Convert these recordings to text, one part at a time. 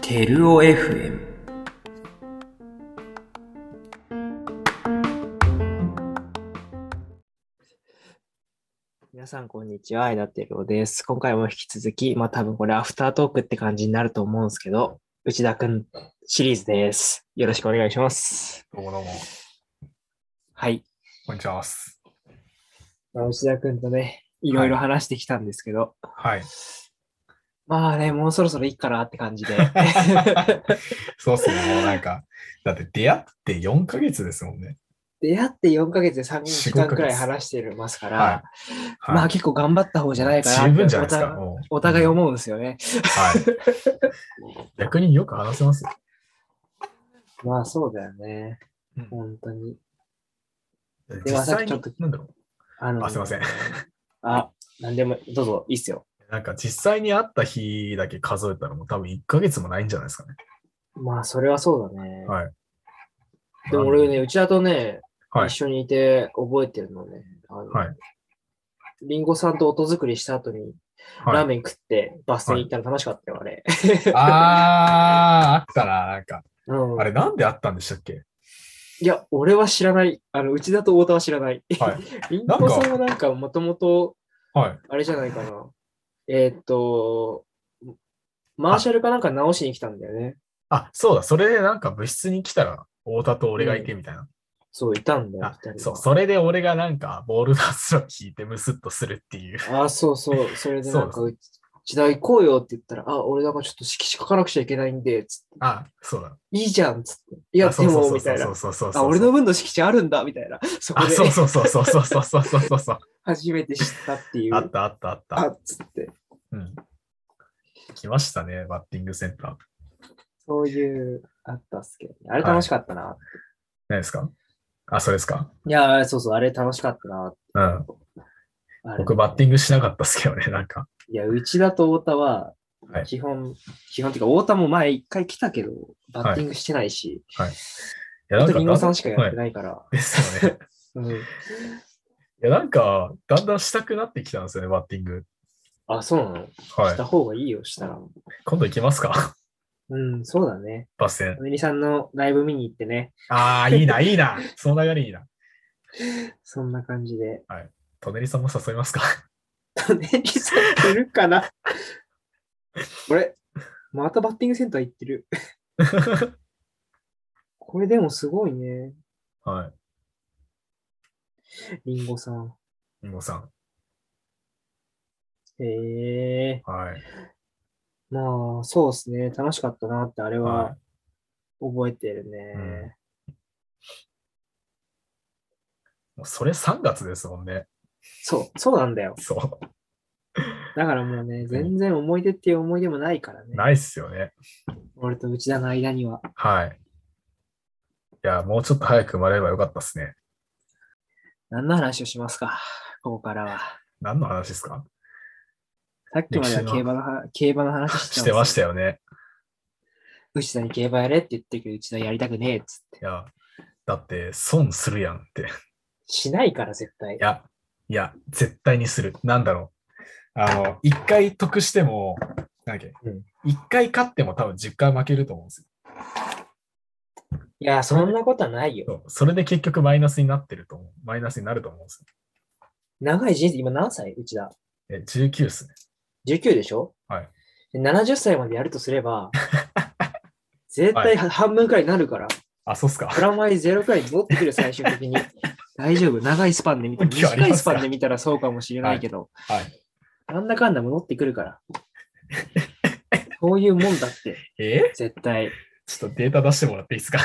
テルオ FM 皆さんこんにちは、アイダテルオです。今回も引き続き、まあ多分これアフタートークって感じになると思うんですけど、内田くんシリーズです。よろしくお願いします。どうもどうも、はい。こんにちはっす。まあ内田くんとね、いろいろ話してきたんですけど、はい。まあね、もうそろそろいいかなって感 じで。そうっすね、もうなんか、だって出会って4ヶ月ですもんね。出会って4ヶ月で3時間4ヶ月くらい話してるますから、ははい、まあ結構頑張った方じゃないかな十分じゃないですおか。互いもうお互い思うんですよね。はい。 逆によく話せますよ。まあそうだよね。うん本当に。で実まあさっ際きにちょっとなんだろあう。のあ、すいません。あ、なんでも、どうぞ、いいっすよ。なんか実際に会った日だけ数えたらもう多分1ヶ月もないんじゃないですかね。まあそれはそうだね。はい。でも俺ね、うちだとね、はい一緒にいて覚えてるのね。あのはいリンゴさんと音作りした後に、はいラーメン食ってバス停行ったの楽しかったよ、あ れ。あー、あったな、なんか。うんあれ、なんであったんでしたっけいや、俺は知らない。あの、うちだと太田は知らない。はい。 リンゴさんはなんか、もともと、はい。あれじゃないかな。えーっと、マーシャルかなんか直しに来たんだよね。あ、そうだ、それでなんか部室に来たら、太田と俺がいてみたいな。そう、いたんだよあ、二人がそう、それで俺がなんかボールパスを引いてムスッとするっていう。あ、そうそう。それでなんか、そうちだ行こうよって言ったら、あ、俺なんかちょっと色紙書かなくちゃいけないんで、つってあ、そうだ。いいじゃん、つって。いや、あでそうそうも、そうみたいそなう。そうそうそう。あ、俺の分の色紙あるんだ、みたいな。 そこあ、でそうそうそうそうそうそうそうそうそう そう。初めて知ったっていう。 あったあったあった。あ、つって。うん。来ましたね、バッティングセンター。そういう、あったっすけどね。あれ楽しかったな。何ですかあ、それですかいやー、そうそう、あれ楽しかったな。うん。あれ僕バッティングしなかったっすけどね、なんか。いや、うちだと太田はは、い基本、基本っていうか、太田も前一回来たけど、バッティングしてないし、いや、あなんとかリンゴさんしかやはっいてないから、ですようん、ね。いや、なんか、だんだんしたくなってきたんですよね、バッティング。あ、そうなの、はしいた。方がいいよ、したら。今度行きますか うん、そうだね。バス戦ア。メリさんのライブ見に行ってね、あ あ、いいな、いいな。その流れいいな。そんな感じで。トネリさんも誘いますかトネリさんいるかなこれ、またバッティングセンター行って る。これでもすごいね、はリンゴさん。い。リンゴさん。へえはい。まあ、そうですね。楽しかったなって、あれはは覚えてるね。うんい。もうそれ3月ですもんね。そう、そうなんだよ。そだからもうね、全然思い出っていう思い出もないからう。ね。ないっすよね。俺と内田の間には。はい。いや、もうちょっと早く生まれればよかったっすね。何の話をしますか、ここからは。何の話ですかさっきまでは競馬のは競馬の話してしてましたよ。よね。内田に競馬やれって言ってるけど、内田やりたくねえっつって。いや、だって損するやんって。いしないから、絶対。や、いや、絶対にする。なんだろう。あの、1回得しても、なんだっけ、うん一1回勝っても多分10回負けると思うんですよ。いや、そんなことはないよ。そうそれで結局マイナスになってると思う。マイナスになると思うんです長い人生、今何歳内田。よ。え、19っすね。 19でしょはい。で70歳までやるとすれ ば、絶対は半分くらいになるから、あ、そうっすか。プラマイゼロくらいに戻ってくる、最終 的に。大丈夫、長いスパンで見たら、今日あり短ますかいスパンで見たらそうかもしれないけど、はい。なんだかんだ戻ってくるから。そういうもんだって、え絶対。ちょっとデータ出してもらっていいですか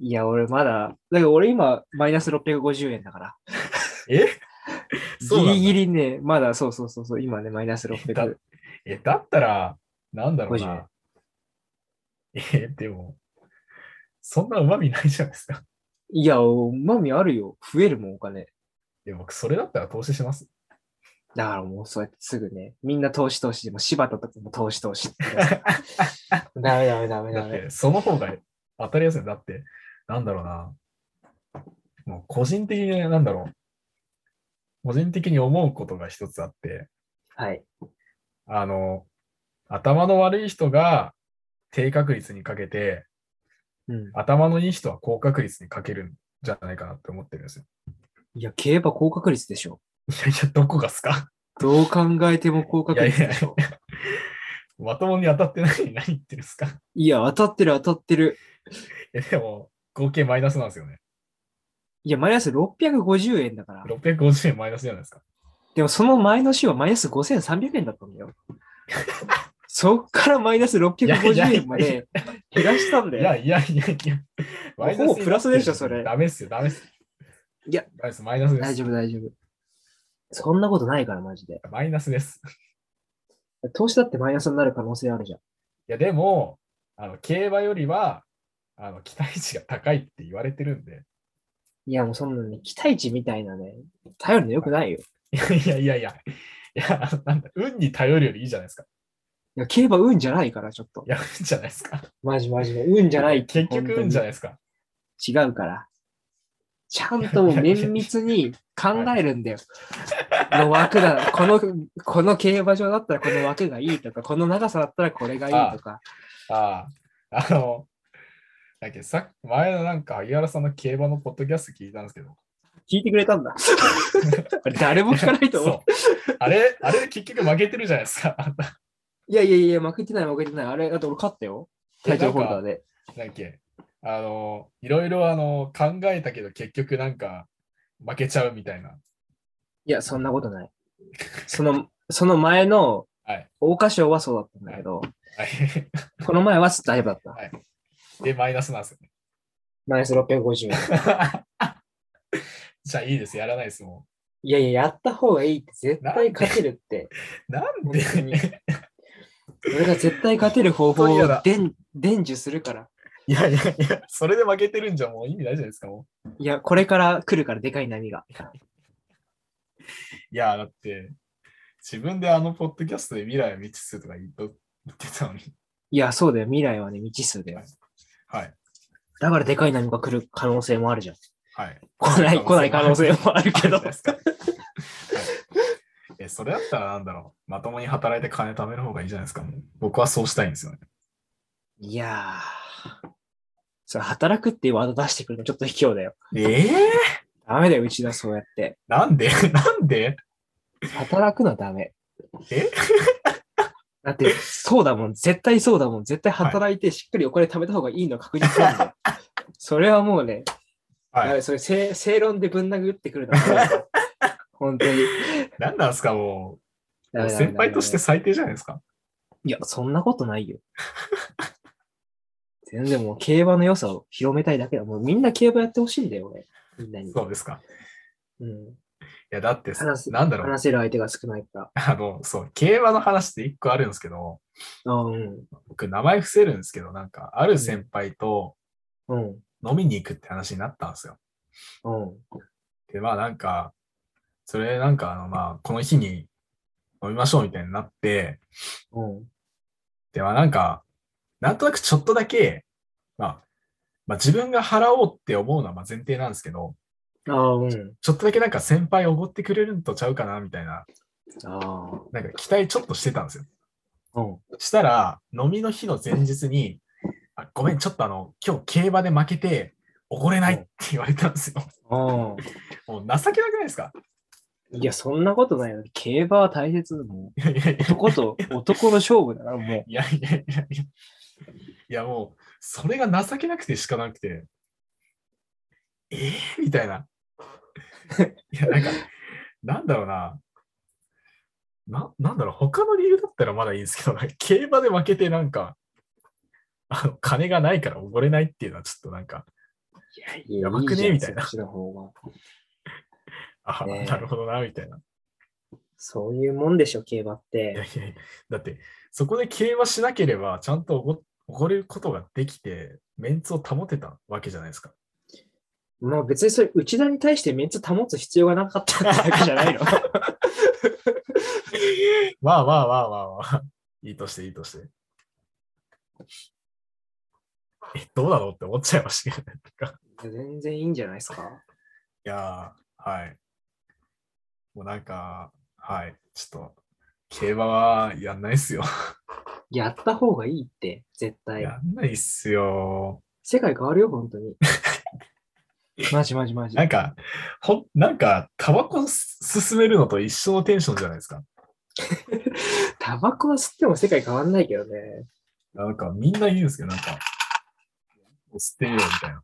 いや、俺まだ、だから俺今、マイナス650円だから。えギそうなんだリギリね、まだそうそうそうそう、今ね、マイナスだ600。え、だったら、なんだろう50円な。え、でも、そんなうまみないじゃないですか。 いや、うまみあるよ。増えるもん、お金。いや、僕、それだったら投資します。だからもうそうやってすぐね、みんな投資投資でも柴田とかも投資投 資ってダメダメダメだダっメ。て、その方が当たりやすい。だって、なんだろうな。もう、個人的に、なんだろう。個人的に思うことが一つあって、はい。あの、頭の悪い人が低確率にかけて、うん。頭のいい人は高確率にかけるんじゃないかなって思ってるんですよ。いや、競馬高確率でしょ。いやいや、どこがっすかどう考えても高確率でしょ。まともに当たってないのに何言ってるんですかい いや、当たってる当たってる。や、でも、合計マイナスなんですよね。いや、マイナス650円だから。 650円マイナスじゃないですか。でもその前の週はマイナス5300円だったんだ よ。そっからマイナス650円まで減らしたんいだやよ。いやいやいや。マイナスになってるほぼプラスでしょそれダメっすよ、ダメっす。いや、ダメです、マイナスで大す。丈夫、大丈夫。そんなことないから、マジで。マイナスです。投資だってマイナスになる可能性あるじゃん。いや、でも、あの競馬よりは、あの期待値が高いって言われてるんで、いや、もうそんなね、期待値みたいなね、頼るのよくないよ。いやいやいやいや、いやなんだ運に頼るよりいいじゃないですか。いや、競馬運じゃないから、ちょっとい。や、運じゃないですか。マジマジで。運じゃない。結局運じゃないい。ですか。違うから。ちゃんともう綿密に考えるんだよ。の枠だ。この、この競馬場だったらこの枠がいいとか、この長さだったらこれがいいとか。あ あ、あの、だっけさ前のなんか、萩原さんの競馬のポッドキャスト聞いたんですけど、聞いてくれたん だ。あれ誰も聞かないと思う。そうあれ、あれ結局負けてるじゃないですか。 いやいやいや、負けてない負けてない。あれ、だって俺勝ったよ。タイトルホルダーで。なんだっけあの、いろいろあの考えたけど、結局なんか、負けちゃうみたいな。 いや、そんなことない。その、その前のはい、桜花賞はそうだったんだけど、はいこの前は大丈夫だった。で、マイナスなんですよね。 マイナス650円。じゃあいいです、やらないです、もいやいや、やった方がいいって、絶対勝てるって。う。なん本で当に。俺が絶対勝てる方法本当に嫌だをでん伝授するから。 いやいやいや、それで負けてるんじゃもう意味ないじゃないですか、もいや、これから来るから、でかい波が。う。いや、だって、自分であのポッドキャストで未来を未知数とか言っと 言ってたのに。いや、そうだよ。未来はね、未知数だよ。はい。だからでかい波が来る可能性もあるじゃん。はい。来ない、来ない可能性もあるけあるじどゃない。ですか。はいえ、それだったらなんだろう。まともに働いて金貯める方がいいじゃないですか。もう僕はそうしたいんですよね。 いやー。それ、働くっていうワード出してくるのちょっと卑怯だよ。ええダメだよ、うちだ、そうやって。なんで なんで働くのはダメ。えだって、そうだもん、絶対そうだもん、絶対働いてしっかりお金貯めた方がいいのは確実 なんだよ。それはもうね、はあい。れそれ正正論でぶん殴ってくるのはも う本当に。何なんですか、もダう。メダメダメ先輩として最低じゃないですか。いや、そんなことないよ。全然もう競馬の良さを広めたいだけだ。もうみんな競馬やってほしいんだよ、俺。みんなに。そうですか。うん、いや、だってさ話、すなんだろう。話せる相手が少ないから。あの、そう、競馬の話って一個あるんですけど、あうん。僕、名前伏せるんですけど、なんか、ある先輩とうん。飲みに行くって話になったんですよ。うん。で、まあ、なんか、それ、なんか、あの、まあ、この日に飲みましょうみたいになって、うん。で、まあ、なんか、なんとなくちょっとだけ、まあ、まあ、自分が払おうって思うのはまあ前提なんですけど、ああ、うん。ちょっとだけなんか先輩おごってくれるんとちゃうかなみたいな、あなんか期待ちょっとしてたんですよ。あ。うん。したら、飲みの日の前日に、あごめん、ちょっとあの、今日競馬で負けて、おごれないって言われたんですよ。ああ。もう情けなくないですかいや、そんなことないよ。競馬は大切だもいやいやいやう。男と男の勝負だから、もう。いやいやいやいや。いやもう、それが情けなくてしかなくて、えー、みたいな。いや、なんか、なんだろうな。な、なんだろう、他の理由だったらまだいいんですけど、なんか競馬で負けてなんか、あの、金がないからおごれないっていうのはちょっとなんか、いや、いややばくねいじゃんみたいなそっちの方が。あ、ねえなるほどな、みたいな。そういうもんでしょ、競馬っいやて。いやいやだって、そこで競馬しなければ、ちゃんとおごおごることができて、メンツを保てたわけじゃないですか。まあ別にそれ、内田に対してメンツ保つ必要がなかったってわけじゃない の。まあまあまあまあまあ。いいとして、いいとして。え、どうなのって思っちゃいましたけどね。なんか全然いいんじゃないですか。いやー、はい。もうなんか、はい、ちょっと、競馬はやんないっすよ。やった方がいいって、絶対。やんないっすよ。世界変わるよ、本当 に。マジマジマジ。なんか、ほん、なんか、タバコす進めるのと一緒のテンションじゃないですか。タバコは吸っても世界変わんないけどね。なんか、みんな言うんですけど、なんか、吸ってみようみたいな。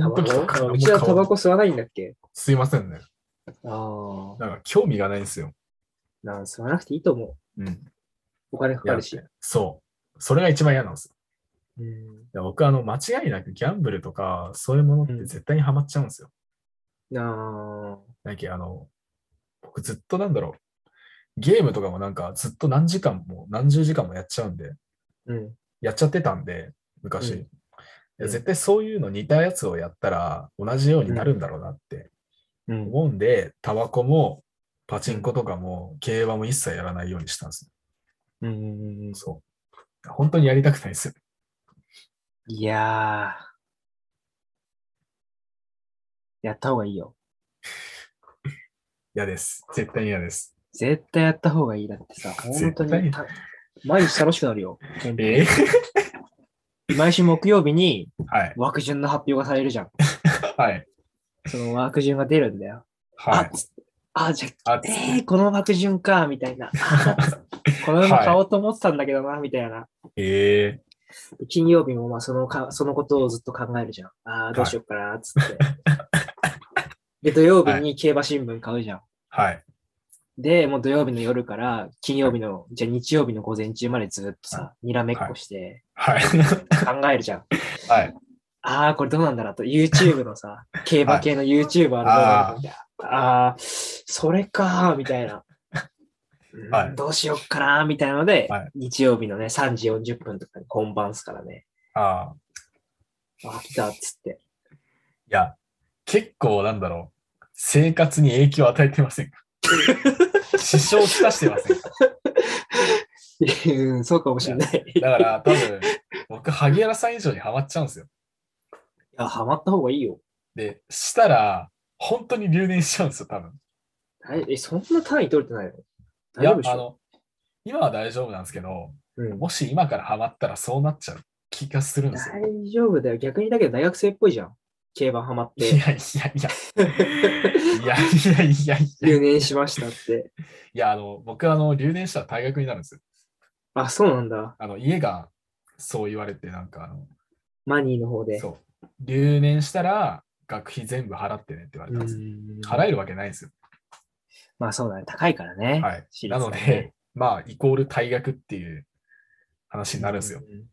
タのバ時とコかうちはタバコ吸わないんだっけすいませんね。ああ。なんか、興味がないんですよ。なん吸わなくていいと思う。うん。お金かかるし。そう。それが一番嫌なんですよ。うん。いや僕、あの、間違いなくギャンブルとか、そういうものってうん絶対にハマっちゃうんですよ。あなんか、あの、僕ずっとなんだろう。ゲームとかもなんか、ずっと何時間も、何十時間もやっちゃうんで、ーうん。やっちゃってたんで、昔。うんいうやん絶対そういうの似たやつをやったら同じようになるんだろうなってうん。思うんで、タバコもパチンコとかも競馬も一切やらないようにしたんですうんうんうんよ。そう。本当にやりたくないですよ。いやー。やった方がいいよ。嫌です。絶対に嫌です。絶対やった方がいい。だってさ、本当絶対にた毎日楽しくなるよ。本当にえ毎週木曜日にはい。枠順の発表がされるじゃん。はい。その枠順が出るんだよ。はあ。いつあ、じゃああ、えー、この枠順か、みたいな。 この馬買おうと思ってたんだけどな、みたいな。え金曜日もまあそのかそのことをずっと考えるじゃん。ああ、どうしようかな、つ って。で、土曜日に競馬新聞買うじゃん。ー、はい。で、もう土曜日の夜から金曜日の、じゃあ日曜日の午前中までずっとさ、にらめっこしてはい。 考えるじゃん。はい。ああ、これどうなんだろうと、YouTube の さ、競馬系の YouTuber の動画あみたいな。ああー、それかー、みたいな。うんはいどうしよっかなーみたいなので、はい日曜日のね、3時40分とかに本番っすからね、ああ。あ来たっつって。いや、結構なんだろう。生活に影響を与えてませ んか支障をきたしてませんかうん、そうかもしれない。いだから多分、僕、萩原さん以上にハマっちゃうんですよ。や、ハマった方がいいよ。で、したら、本当に留年しちゃうんですよ、多分。え、えそんな単位取れてないのい大丈や夫で、しあょの、今は大丈夫なんですけど、うんもし今からハマったらそうなっちゃう気がするんですよ。大丈夫だよ。逆にだけど大学生っぽいじゃん。競馬ハマっいや て、いやいや。いやいやいやいや。留年しましたって。いや、あの、僕、あの、留年したら退学になるんですよ。あ、そうなんだ。あの、家がそう言われて、なんか、あの、マニーの方で。そう。留年したら、学費全部払ってねって言われたんうですよ。ん払えるわけないんですよ。まあそうだね。高いからね。はい。私な立のはねで、 まあ、イコール退学っていう話になるんですよ。うう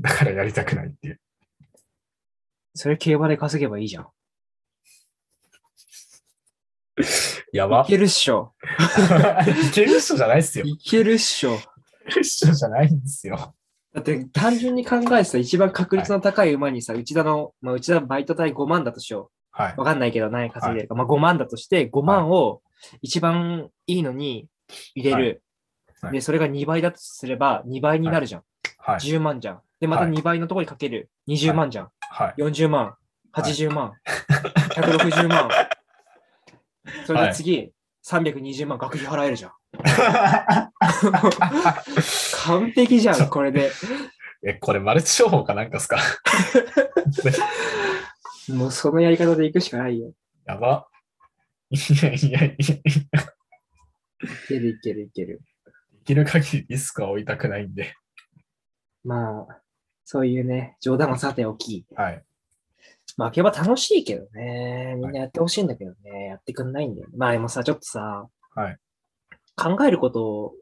だからやりたくないっていう。それ競馬で稼げばいいじゃん。やばい。けるっしょ。 いける人じゃないっすよ。いいけるっしょ。ける人じゃないんですよ。だって単純に考えてさ、一番確率の高い馬にさ、内田の、まあ内田バイト代5万だとしよう。はい。わかんないけど、何稼いでるか。まあ、5万だとして、5万を一番いいのに入れる。はいはいで、それが2倍だとすれば、2倍になるじゃん。はい。 10万じゃん。で、またはい2倍のところにかける。20万じゃん。 はい。 40万。80万。160万。それで次、320万学費払えるじゃん。完璧じゃん、これで。え、これマルチ商法かなんかっすかもうそのやり方でいくしかないよ。やば。いやいやいや。いけるいけるいける。できる限りリスクは負いたくないんで。まあ、そういうね、冗談はさておき。はい。まあ、競馬楽しいけどね。みんなやってほしいんだけどね。やってくんないんだよね。まあ、でもさ、ちょっとさ、はい考えること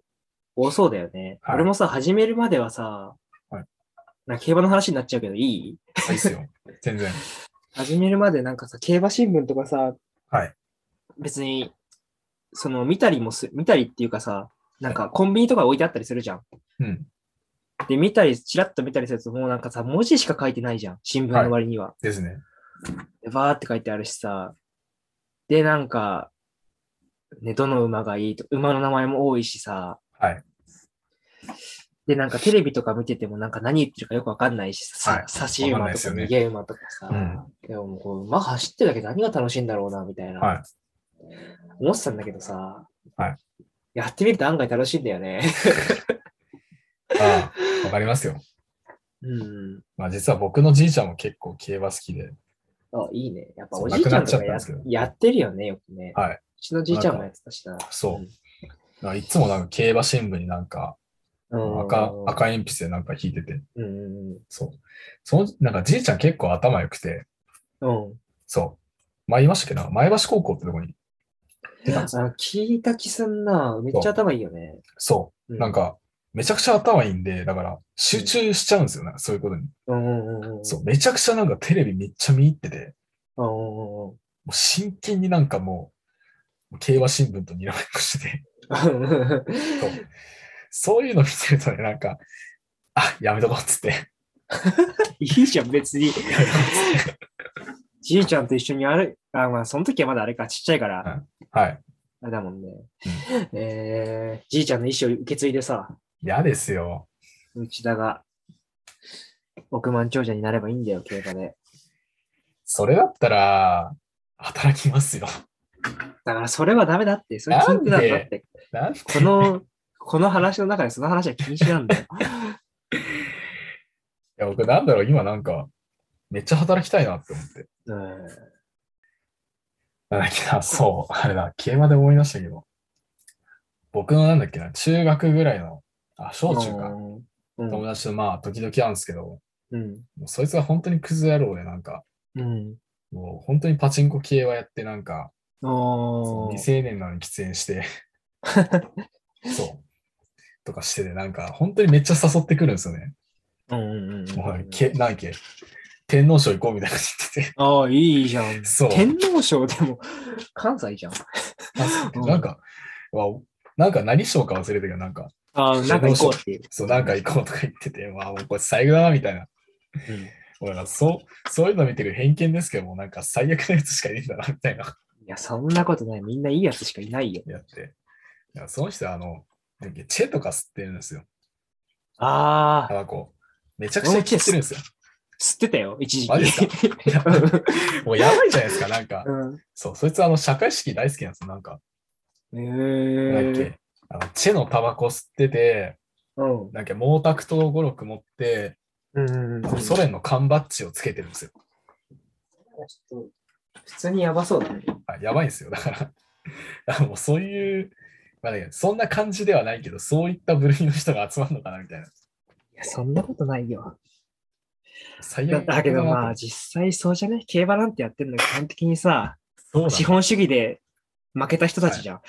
多そうだよね。はい俺もさ、始めるまではさ、はいなんか競馬の話になっちゃうけどいいいいっすよ。全然。始めるまでなんかさ、競馬新聞とかさ、はい別に、その、見たりもす、見たりっていうかさ、なんかコンビニとか置いてあったりするじゃん。うん。で、見たり、チラッと見たりすると、もうなんかさ、文字しか書いてないじゃん。新聞の割には。ですね。でバーって書いてあるしさ。で、なんか、ね、どの馬がいいと、馬の名前も多いしさ。はい。で、なんかテレビとか見ててもなんか何言ってるかよくわかんないし、さ、はい差し馬とかわかんない逃ですげ馬とかさ、うんでももうこう馬走ってるだけで何が楽しいんだろうな、みたいな、はい思ってたんだけどさ、はいやってみると案外楽しいんだよね。ああ、わかりますよ。うん。まあ実は僕のじいちゃんも結構競馬好きで、あ、いいね。やっぱそうおじいちゃんとなくなっちかゃったんやですけどやってるよね、よくね。はいうちのじいちゃんもやってたしな。そうんう。なんかいつもなんか競馬新聞になんかうん赤赤鉛筆でなんか引いてて、うんうんそう。その、なんかじいちゃん結構頭良くて、うん。うん。そう。前橋家な、前橋高校ってとこに出たんですよ。あ聞いた気すんな。めっちゃ頭いいよね。そうう。なんか、か、めちゃくちゃ頭いいんで、だから集中しちゃうんですよね、そういうことに。うんうんうんうん。そう。めちゃくちゃなんかテレビめっちゃ見入ってて、うんうんうん うん。もう真剣になんかもう、競馬新聞とにらめっこしてて、そうそういうの見てるとね、なんか、あ、やめとこうっつって。いいじゃん、別に。やめとこうっつってじいちゃんと一緒にあれ、あ、まあ、その時はまだあれか、ちっちゃいから、うんはい。あれだもんね。えー、じいちゃんの意思を受け継いでさ、嫌ですよ。内田が億万長者になればいいんだよ、競馬で。それだったら、働きますよ。だから、それはダメだって、それ禁句なんだって。なんてこの、この話の中でその話は禁止なんだ よ。いや、僕なんだろう、今なんか、めっちゃ働きたいなって思って。うん。なんだっけな、そう、あれだ、競馬で思い出したけど、僕のなんだっけな、中学ぐらいの、あ、小中か、うん。友達とまあ、時々会うんですけど、もうん。うそいつが本当にクズ野郎で、なんか、うん。もう本当にパチンコ系はやって、なんか、そおう未ー。成年なのに喫煙 して、そう。とかしてて、なんか、本当にめっちゃ誘ってくるんですよね。うんうんうんもうけ、なんだっけ、天皇賞行こうみたいなこと言ってああ、いいじゃんて。。そう。天皇賞でも関西じゃん。あそううん なんか、わなんか何賞か忘れてるけど、なんか、ああ、なんか行こうっていう。そう、なんか行こうとか言ってて、わあ、もうこれ最悪だな、みたいな。うんもうなんかそう、そういうの見てる偏見ですけども、なんか最悪なやつしかいねえんだな、みたいな。いや、そんなことない。みんないいやつしかいないよ。やって。いやその人は、あの、なんだっけチェとか吸ってるんですよ。あタバコ。めちゃくちゃ吸ってるんですよ。吸ってたよ、一時マジ期。いやもうやばいじゃないですか、なんか。うんそう、そいつあの、社会式大好きなんですよ、なんか。なんだっへえ。けあのチェのタバコ吸ってて、うんなんか毛沢東語録持って、うんうん。ソ連の缶バッジをつけてるんですよ。普通にやばそうだね。あやばいんですよ。だから、もうそういう、まあね、そんな感じではないけど、そういった部類の人が集まるのかなみたいな。いや、そんなことないよ。最だ悪だけどまなあ、実際そうじゃない競馬なんてやってるの基本的にさ、そう資だ本主義で負けた人たちじゃん。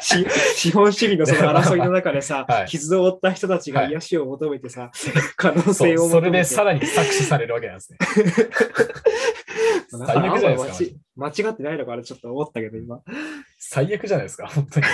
し資本主義のその争いの中でさ、はい傷を負った人たちがはい癒しを求めてさ、 可能そ性うをそ求れめでて。さらに搾取されるわけなん ですね。まあ最悪じゃないですなかんか間違間違ってないのかな、ちょっと思ったけど、今。最悪じゃないですか、本当に。